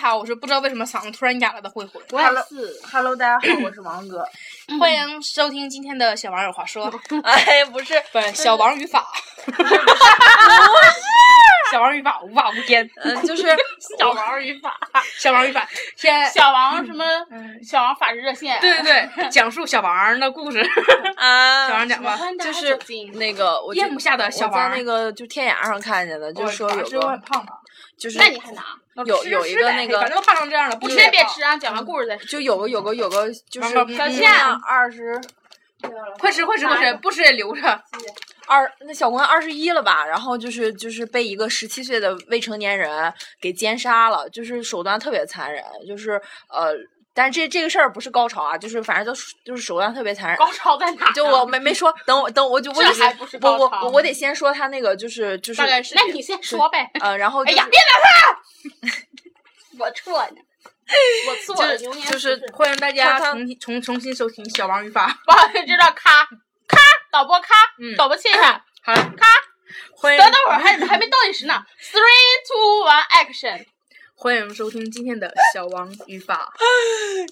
他，我是不知道为什么嗓子突然哑了的慧慧。我哎也是， Hello，大家好，我是王哥。欢迎收听今天的小王有话说， 哎，不 是，不是小王语法， 小王语法无法无天，嗯，就是小王语法，小王语法先小王什么？小王法治热线。对对对，讲述小王的故事，啊，小王讲麻吧。烦大就家走是近，那个我就夜幕下的小我在王，那个就天涯上看见的，就说有是我很个胖嘛，就是那你还拿？有吃有一吃个呗那个反正都胖成这样了，不你吃先也别胖吃啊，讲完故事再说。就有个有个有个就是嗯王哥小姑倩啊娘二十嗯快吃快吃快吃，不吃也留着。二那小姑娘二十一了吧，然后就是就是被一个十七岁的未成年人给奸杀了，就是手段特别残忍，就是呃，但是这这个事儿不是高潮啊，就是反正就是就是手段特别残忍，高潮在哪？就我没没说，等我等我就我这就是还不是我高我潮我我得先说他那个就是就是大概是。那你先说呗。呃，然后、哎就是、呀，别打他！我错了， 我错了，牛年就是不欢迎大家家重重重重新收听小王语法。 不好意思，知道咔咔，导播咔，嗯导播切一下，好了，咔。欢迎等等会儿还 还没倒计时呢，three two one action。欢迎收听今天的小王语法。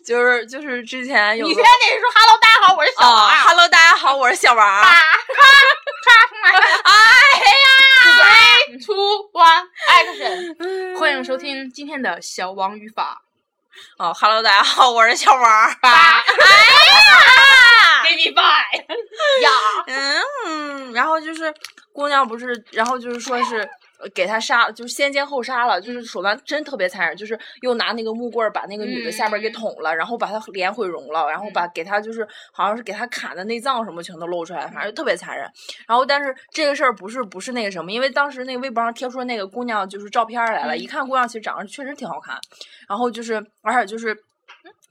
就是就是之前有你个先得说 hello，大家好，我是小王啊啊。哈喽，大家好，我是小王儿。咔咔咔出来了。哎呀，three two one action。 欢迎收听今天的小王语法。哦哈喽，大家好，我是小王儿。八啊 baby bye 呀，嗯，然后就是姑娘不是，然后就是说是。呃给他杀，就是先奸后杀了，就是手段真特别残忍，就是又拿那个木棍儿把那个女的下边儿给嗯捅了，然后把她脸毁容了，然后把给她就是好像是给她砍的内脏什么全都露出来，反正就特别残忍。然后但是这个事儿不是不是那个什么，因为当时那个微博上贴出那个姑娘就是照片儿来了，嗯一看姑娘其实长得确实挺好看，然后就是而且就是。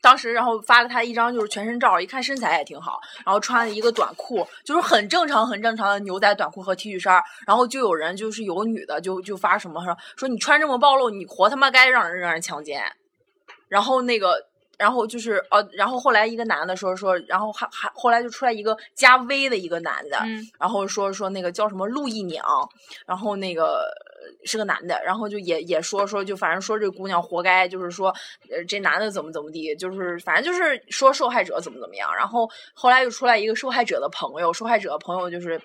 当时，然后发了她一张就是全身照，一看身材也挺好，然后穿了一个短裤，就是很正常、很正常的牛仔短裤和 T 恤衫儿。然后就有人就是有女的就就发什么说说你穿这么暴露，你活他妈该让人让人强奸。然后那个，然后就是呃，然后后来一个男的说说，然后还还后来就出来一个加 V 的一个男的，嗯，然后说说那个叫什么陆姨娘，然后那个呃是个男的，然后就也也说说就反正说这姑娘活该，就是说呃这男的怎么怎么地，就是反正就是说受害者怎么怎么样，然后后来又出来一个受害者的朋友，受害者的朋友就是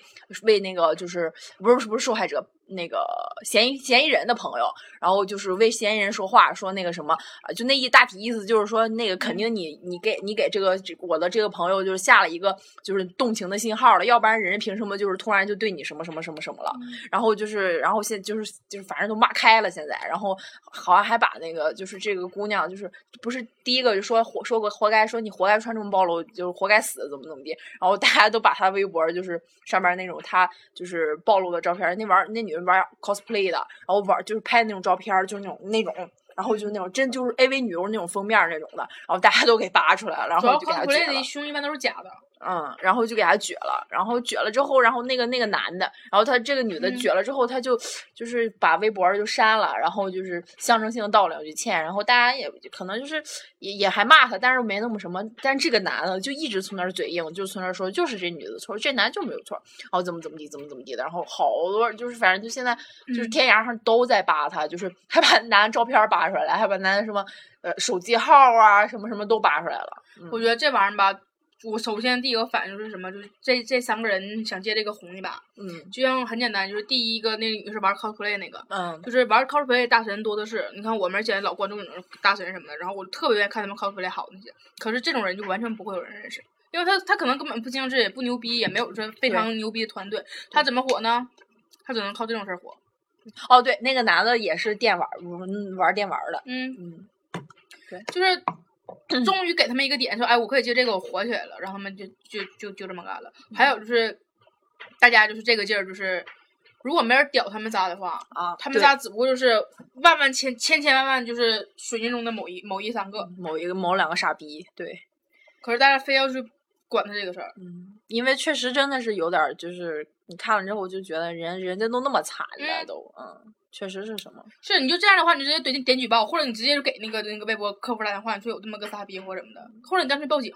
为那个就是不是不是受害者。那个嫌疑嫌疑人的朋友，然后就是为嫌疑人说话，说那个什么，啊，就那一大体意思就是说，那个肯定你你给你给这个这我的这个朋友就是下了一个就是动情的信号了，要不然人凭什么就是突然就对你什么什么什么什么了？然后就是，然后现在就是就是反正都骂开了现在，然后好像还把那个就是这个姑娘就是不是第一个就说活说过活该说你活该穿这么暴露，就是活该死怎么怎么地，然后大家都把她微博儿就是上面儿那种她就是暴露的照片儿，那玩儿那女的玩儿 cosplay 的，然后玩儿就是拍那种照片儿，就是那种那种，然后就是那种真就是 AV 女优那种封面儿那种的，然后大家都给扒出来了，然主要后就给她 cosplay 撅的了，胸一般都是假的。嗯，然后就给她撅了，然后撅了之后，然后那个那个男的，然后他这个女的嗯撅了之后，他就就是把微博儿就删了，然后就是象征性的道了一句歉，然后大家也可能就是也也还骂他，但是没那么什么，但这个男的就一直从那儿嘴硬，就从那儿说就是这女的错，这男就没有错，然后怎么怎么地，怎么怎么地的，然后好多人就是反正就现在就是嗯天涯上都在扒他，就是还把男的照片儿扒出来，还把男的什么呃手机号啊什么什么都扒出来了，嗯我觉得这玩意儿吧，我首先第一个反应就是什么，就是这这三个人想借这个红一把，嗯就像很简单，就是第一个那个女是玩 cosplay 那个。嗯就是玩 cosplay 大神多的是，你看我们现在老关注那种大神什么的，然后我特别愿意看他们 cosplay 好的那些。可是这种人就完全不会有人认识，因为他他可能根本不精致，也不牛逼，也没有说非常牛逼的团队，他怎么火呢？他只能靠这种事儿火。哦对，那个男的也是电玩儿嗯玩儿电玩儿的，嗯，嗯就是终于给他们一个点，说哎，我可以接这个，我火起来了，然后他们就就就就这么干了。还有就是，大家就是这个劲儿，就是如果没人屌他们仨的话，啊，他们对仨只不过就是万万千千千万万就是水军中的某一某一三个，某一个某两个傻逼，对，可是大家非要去管他这个事儿。嗯，因为确实真的是有点儿，就是你看了之后就觉得人人家都那么惨了嗯都，嗯，确实是什么，是，你就这样的话，你直接点点举报，或者你直接就给那个那个微博客服打电话，你说有这么个傻逼或者什么的，或者你当时报警。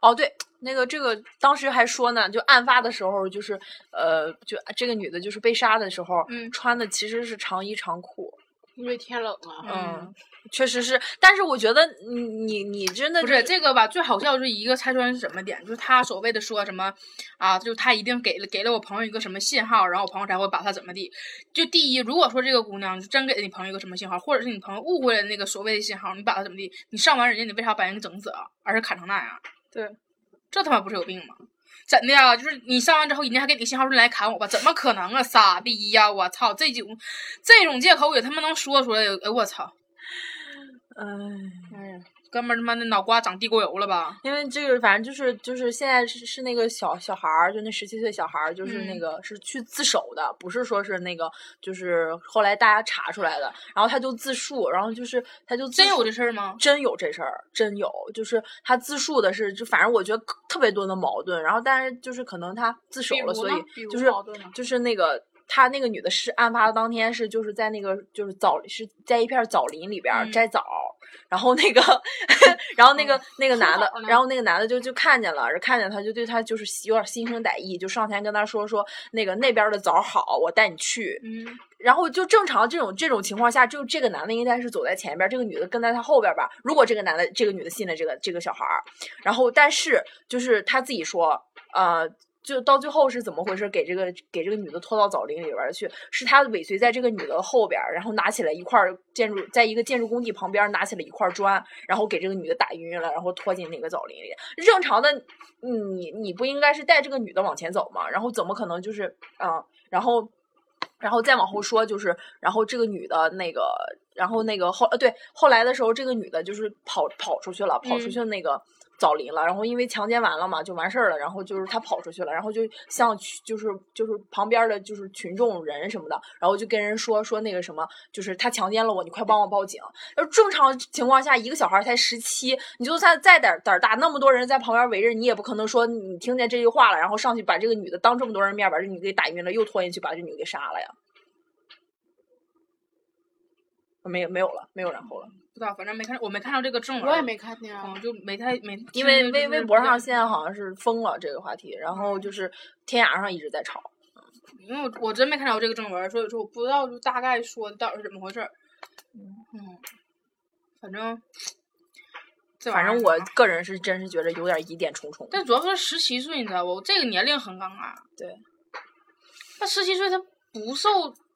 哦，对，那个这个当时还说呢，就案发的时候，就是呃，就这个女的，就是被杀的时候，嗯穿的其实是长衣长裤，因为天冷啊。嗯，确实是，但是我觉得你你你真的不是这个吧？最好笑就是一个拆穿是什么点，就是他所谓的说什么啊，就他一定给了给了我朋友一个什么信号，然后我朋友才会把他怎么地。就第一，如果说这个姑娘是真给了你朋友一个什么信号，或者是你朋友误会了那个所谓的信号，你把他怎么地，你上完人家，你为啥把人整死啊？而是砍成那样？对，这他妈不是有病吗？怎的呀？就是你上完之后，人家还给你信号说你来砍我吧？怎么可能啊？傻逼呀、我操，这种这种借口也他妈能说出来？哎，我操！嗯。哎呀，哥们儿他妈的脑瓜长地沟油了吧？因为这个反正就是就是现在是是那个小小孩儿，就那十七岁小孩儿，就是那嗯个、是去自首的，不是说是那个就是后来大家查出来的，然后他就自述，然后就是他就自真有述这事儿吗？真有这事儿，真有，就是他自述的是，就反正我觉得特别多的矛盾，然后但是就是可能他自首比了，如所呢以比就如是矛盾呢就是那个。他那个女的是案发当天是就是在那个就是枣是在一片枣林里边儿嗯摘枣儿，然后那个 然后那个、那个吃男的枣儿，呢然后那个男的就就看见了，看见他就对他就是有点心生歹意，就上前跟他说说那个那边儿的枣儿好，我带你去，嗯，然后就正常这种这种情况下，就这个男的应该是走在前边儿，这个女的跟在他后边儿吧。如果这个男的这个女的信了这个这个小孩儿，然后但是就是他自己说，呃，就到最后是怎么回事？给这个给这个女的拖到枣林里边儿去，是他尾随在这个女的后边儿，然后拿起来一块儿建筑，在一个建筑工地旁边儿拿起了一块儿砖，然后给这个女的打晕了，然后拖进那个枣林里。正常的你你不应该是带这个女的往前走吗？然后怎么可能就是嗯、呃然后然后再往后说就是，然后这个女的那个，然后那个后呃对后来的时候，这个女的就是跑跑出去了，跑出嗯去那个。枣林了，然后因为强奸完了嘛，就完事儿了。然后就是她跑出去了，然后就向群就是就是旁边的就是群众人什么的，然后就跟人说说那个什么，就是他强奸了我，你快帮我报警。要正常情况下，一个小孩儿才十七，你就算再胆儿胆儿大，那么多人在旁边围着，你也不可能说你听见这句话了，然后上去把这个女的当这么多人面把这女的给打晕了，又拖进去把这女的给杀了呀。没有没有了，没有然后了，不知道，反正没看，我没看到这个正文，我也没看见啊嗯，。就没太没，因为微微博上现。现在好像是封了这个话题，然后就是天涯上一直在吵。因为我我真没看着这个正文，所以说我不知道就大概说的到底是怎么回事儿。嗯，反正这玩反意儿正我啊，个人是真是觉得有点疑点重重。但主要是十七岁，你知道不？这个年龄很尴尬。对。那十七岁他不受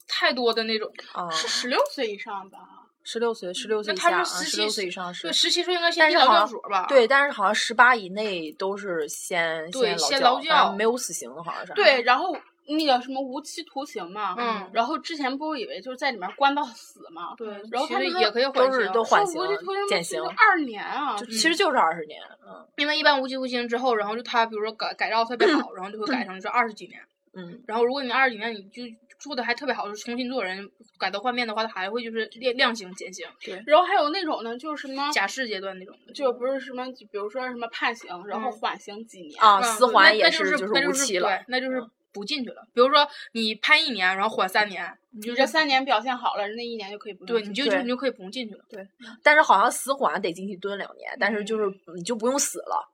太多的那种，啊，是十六岁以上的啊，十六岁，十六岁以那他下，啊是十17六岁以上是对，十七岁应该但先是进劳好教像所吧？对，但是好像十八以内都是先对劳先劳教，反教正没有死刑，好像是。对，然后那个什么无期徒刑嘛，嗯然后之前不是以为就是在里面关到死嘛，对，然后其他实们也可以啊都缓是刑都缓说无刑期徒刑减不是刑就二年啊就，其实就是二十年，嗯因为一般无期徒刑之后，然后就他比如说改改造特别好，然后就会改成就是二十几年。嗯，然后如果你二十几年你就做的还特别好，就是重新做人改头换面的话，他还会就是量量刑、减刑、然后还有那种呢，就是什么。假释阶段那种的。就不是什么，就比如说什么判刑，然后嗯缓刑几年啊嗯死那缓那也就是是就是那无是期了嗯对，那就是不进去了。比如说你判一年，然后缓三年，你你就这这三年表现好了，那一年就可以不用对，进你去就就对你就可以不用进去了。但是好像死缓得进去蹲两年，但是就是你就不用死了，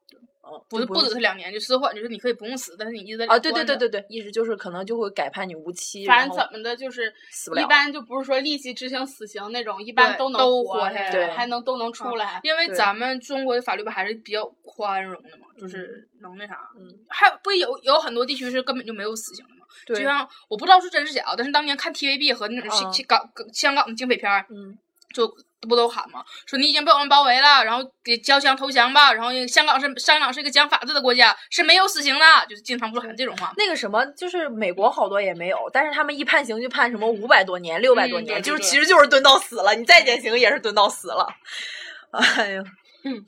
嗯，不就是不不用只是两年，就死缓，就是你可以不用死，但是你一直在啊，对对对关着对对，一直就是可能就会改判你无期，反然正后怎么的，就是死不了一般就不是说立即执行死刑那种，一般对能都活活下嗯下来还能都能出来。因为对咱们中国的法律吧还是比较宽容的嘛，就是能那啥，嗯，还有不有有很多地区是根本就没有死刑的嘛，就对，像我不知道是真是假，但是当年看 TVB 和那种啊香香港香港的警匪片儿，嗯，就不都喊嘛，说你已经被我们包围了，然后给交枪投降吧。然后香港是香港是一个讲法治的国家，是没有死刑的，就是经常不是喊这种话。那个什么，就是美国好多也没有，但是他们一判刑就判什么五百多年、六百多嗯对对年，就是对其实就是蹲到死了，你再减刑也是蹲到死了。哎呀，嗯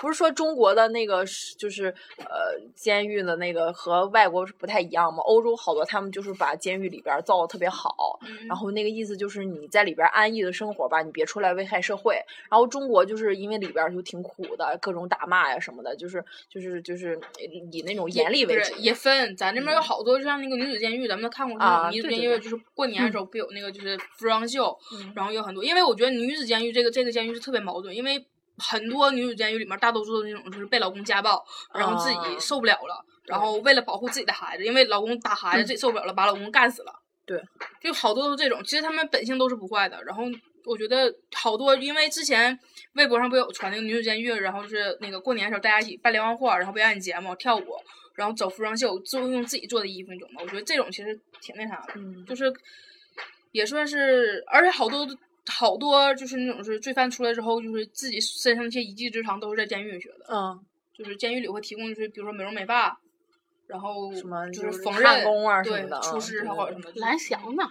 不是说中国的那个是就是呃监狱的那个和外国是不太一样吗？欧洲好多他们就是把监狱里边儿造的特别好，嗯然后那个意思就是你在里边儿安逸的生活吧，你别出来危害社会。然后中国就是因为里边儿就挺苦的，各种打骂呀什么的，就是就是就是以那种严厉为不主嗯是。也分，咱这边有好多，就像那个女子监狱，咱们都看过那啊种女子对监对狱，对就是过年的时候不有那个就是服装秀，嗯然后有很多，因为我觉得女子监狱这个这个监狱是特别矛盾，因为很多女子监狱里面大多数都是那种就是被老公家暴，然后自己啊受不了了，然对嗯后为了保护自己的孩子，因为老公打孩子自己受不了了，把老公干死了。对，就好多都这种，其实他们本性都是不坏的。然后我觉得好多，因为之前微博上不有传那个女子监狱，然后是那个过年的时候大家一起办联欢会儿，然后表演节目、跳舞，然后走服装秀，做用自己做的衣服那种的。我觉得这种其实挺那啥的。嗯，就是也算是，而且好多好多就是那种是罪犯出来之后，就是自己身上那些一技之长都是在监狱里学的，嗯，就是监狱里会提供就是比如说美容美发，然后什么就就是是缝焊纫工啊什对么的啊厨师对或者什么的蓝翔呢？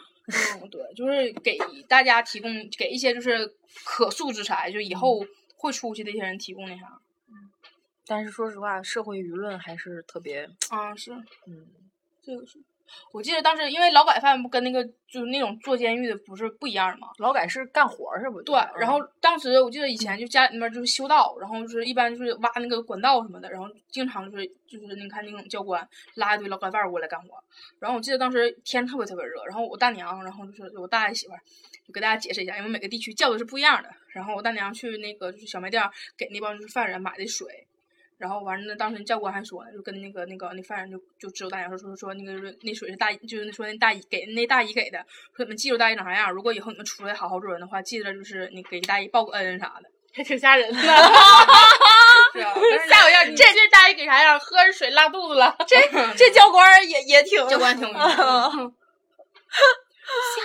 嗯，对，就是给大家提供给一些就是可塑之才，就以后会出去的一些人提供那啥。但是说实话，社会舆论还是特别，啊，是嗯，这个是。我记得当时，因为劳改犯不跟那个就是那种坐监狱的不是不一样嘛，劳改是干活儿是不？对，然后当时我记得以前就家里面就是修道，然后就是一般就是挖那个管道什么的，然后经常就是就是你看那种教官拉一堆劳改犯过来干活，然后我记得当时天特别特别热，然后我大娘，然后就是我大爷媳妇儿，就给大家解释一下，因为每个地区叫的是不一样的。然后我大娘去那个就是小卖店儿给那帮就是犯人买的水，然后完了，当时教官还说呢，就跟那个那个那犯人就就指我大娘说说说那个那水是大姨，就是说那大姨给那大姨给的，说你们记住大姨长啥样，如果以后你们出来好好做人的话，记着就是你给大姨报个恩啥的。还挺吓人的，是 啊， 吓 我一跳！你这这大姨给啥样？喝着水拉肚子了，这这教官儿也也挺教官挺有意思的。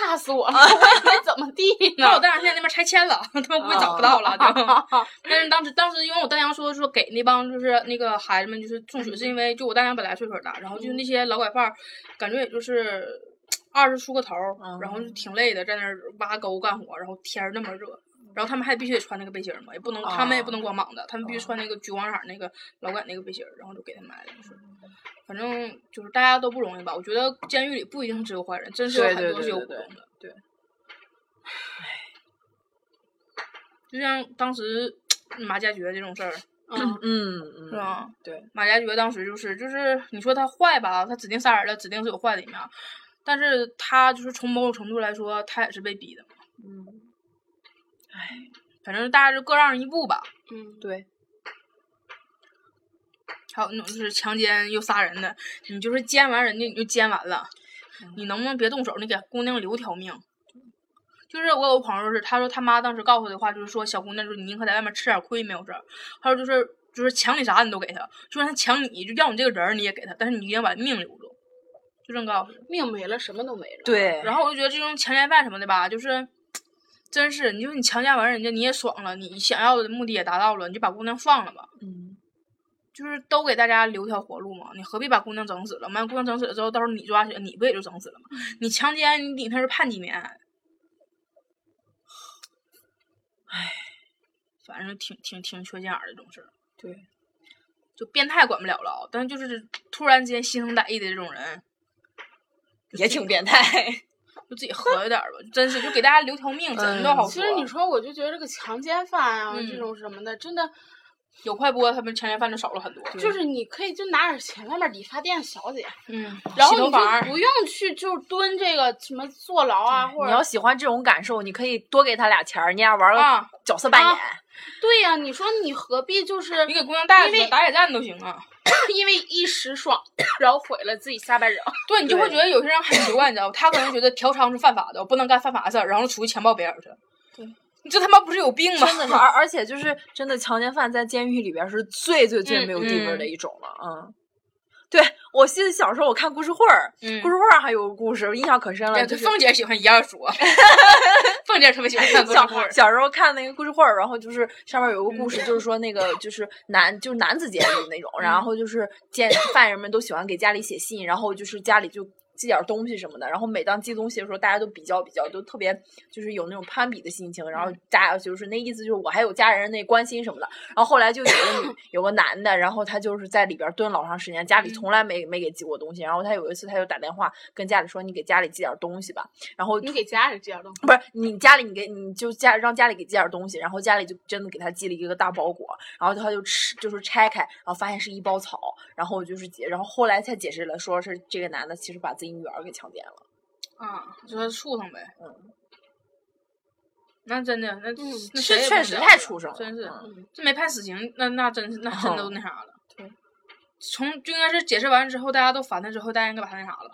吓死 我了！我以为怎么地那我呢？大娘现在那边拆迁了，他们估计找不到了。对吧但是当时当时因为我大娘说说给那帮就是那个孩子们就是送水，是因为就我大娘本来岁数大，然后就是那些劳改犯儿，感觉也就是二十出个头儿，然后就挺累的，在那儿挖沟干活，然后天儿那么热。然后他们还必须得穿那个背心儿嘛，也不能，他们也不能光膀子，他们必须穿那个橘黄色儿那个劳改那个背心儿，然后就给他买了。就是反正就是大家都不容易吧，我觉得监狱里不一定只有坏人，真是有对很对多对是有对普对通的。对，就像当时马加爵这种事儿，嗯，嗯是啊嗯，吧？对，马加爵当时就是就是，你说他坏吧，他指定杀人了，指定是有坏的一面儿，但是他就是从某种程度来说，他也是被逼的嘛。嗯，反正大家就各让一步吧。嗯，对，还有那种就是强奸又杀人的，你就是奸完人家你就奸完了，你能不能别动手？你给姑娘留条命。就是我有个朋友是，他说他妈当时告诉他的话就是说，小姑娘就是你宁可在外面吃点亏没有事儿，还有就是就是抢你啥你都给他，就算他抢你就要你这个人儿你也给他，但是你一定要把命留住，就这么告诉他。命没了，什么都没了。对，然后我就觉得这种强奸犯什么的吧，就是，真是你就是你强奸完人家你也爽了，你想要的目的也达到了，你就把姑娘放了吧，嗯，就是都给大家留条活路嘛，你何必把姑娘整死了？完姑娘整死了之后，到时候你抓起来，你不也就整死了吗？你强奸你顶他是判几年？唉，反正挺挺挺缺心眼儿的这种事儿，对，就变态管不了了，但是就是突然间心生歹意的这种人，也挺变态，就自己合计点儿吧，真是就给大家留条命，怎么都嗯好其说。实你说，我就觉得这个强奸犯啊，嗯这种什么的，真的有快播，他们强奸犯就少了很多。就是你可以就拿点钱，外面理发店小姐，嗯，然后洗头你房儿就不用去就蹲这个什么坐牢啊，或你者要喜欢这种感受，你可以多给他俩钱儿，你俩玩个啊，角色扮演，对呀、你说你何必就是你给姑娘带因去为打野战都行啊。因为一时爽，然后毁了自己下半生？对你就会觉得有些人很奇怪，你知道吗？他可能觉得嫖娼是犯法的，我不能干犯法的事儿，然后出去强暴别人去。对，你这他妈不是有病吗？真的是，而而且就是真的，强奸犯在监狱里边是最最最嗯没有地位嗯的一种了，嗯。对，我记得小时候我看故事会儿，嗯故事会儿还有个故事，我印象可深了，对，就对，是凤姐喜欢一二 说，凤姐特别喜欢看故事小会儿。小时候看那个故事会儿，然后就是上面有个故事，就是说那个就是男就是男子监狱那种，然后就是监犯人们都喜欢给家里写信，然后就是家里就。寄点东西什么的，然后每当寄东西的时候，大家都比较比较，就特别就是有那种攀比的心情，然后大家就是那意思就是我还有家人那关心什么的。然后后来就有个女有个男的，然后他就是在里边蹲老长时间，家里从来没没给寄过东西。然后他有一次他就打电话跟家里说：“你给家里寄点东西吧。”然后你给家里这样东 西，不是你家里你给你就家让家里给寄点儿东西，然后家里就真的给他寄了一个大包裹，然后他就吃就是拆开，然后发现是一包草，然后就是解，然后后来才解释了，说是这个男的其实把自己女儿给强奸了。啊，就说畜生呗。嗯那真的，那嗯那是谁也确不实能太了畜生了真是嗯这没判死刑，那那真是那真都那啥了。对，从就应该是解释完之后，大家都烦他之后，大家应该把他那啥了。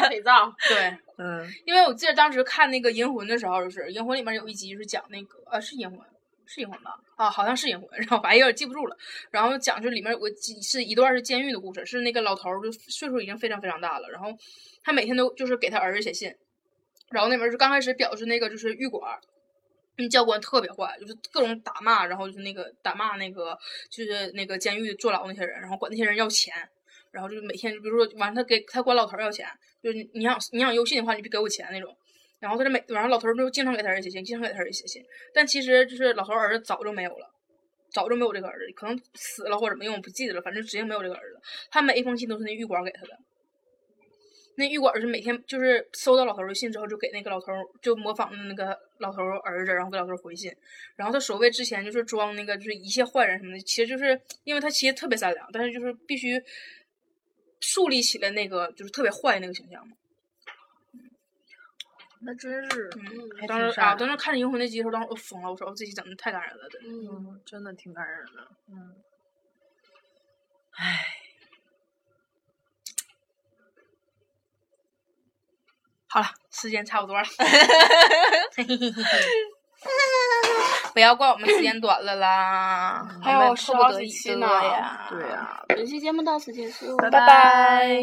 减肥皂，对，嗯，因为我记得当时看那个《银魂》的时候，就是《银魂》里面有一集是讲那个呃是《银魂》。是银魂吧？啊，好像是银魂，然后反正有点记不住了。然后讲就里面我记是一段是监狱的故事，是那个老头儿就岁数已经非常非常大了，然后他每天都就是给他儿子写信，然后那边就刚开始表示那个就是狱管儿，那教官特别坏，就是各种打骂，然后就是那个打骂那个就是那个监狱坐牢那些人，然后管那些人要钱，然后就是每天比如说完他给他管老头儿要钱，就是你你想你想优信的话，你必须给我钱那种。然后他这每晚上老头儿就经常给他儿子写信，经常给他儿子写信，但其实就是老头儿儿子早就没有了。早就没有这个儿子，可能死了或者怎么样，我不记得了，反正指定没有这个儿子。他每一封信都是那狱管给他的，那狱管是每天就是收到老头儿的信之后，就给那个老头儿就模仿那个老头儿儿子，然后给老头儿回信。然后他所谓之前就是装那个就是一切坏人什么的，其实就是因为他其实特别善良，但是就是必须树立起了那个就是特别坏那个形象嘛。那真是，嗯嗯 还当挺时善啊，良当时看《银魂》那集的时候，当时我疯了，我说哦我这集整的太感人了，真的。嗯，嗯，真的挺感人的。嗯，好了，时间差不多了， 不要怪我们时间短了 啦，还我们有迫不12得已期的啊呢呀，对呀、本期节目到此结束，拜拜